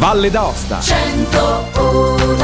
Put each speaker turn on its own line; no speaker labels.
Valle d'Aosta
101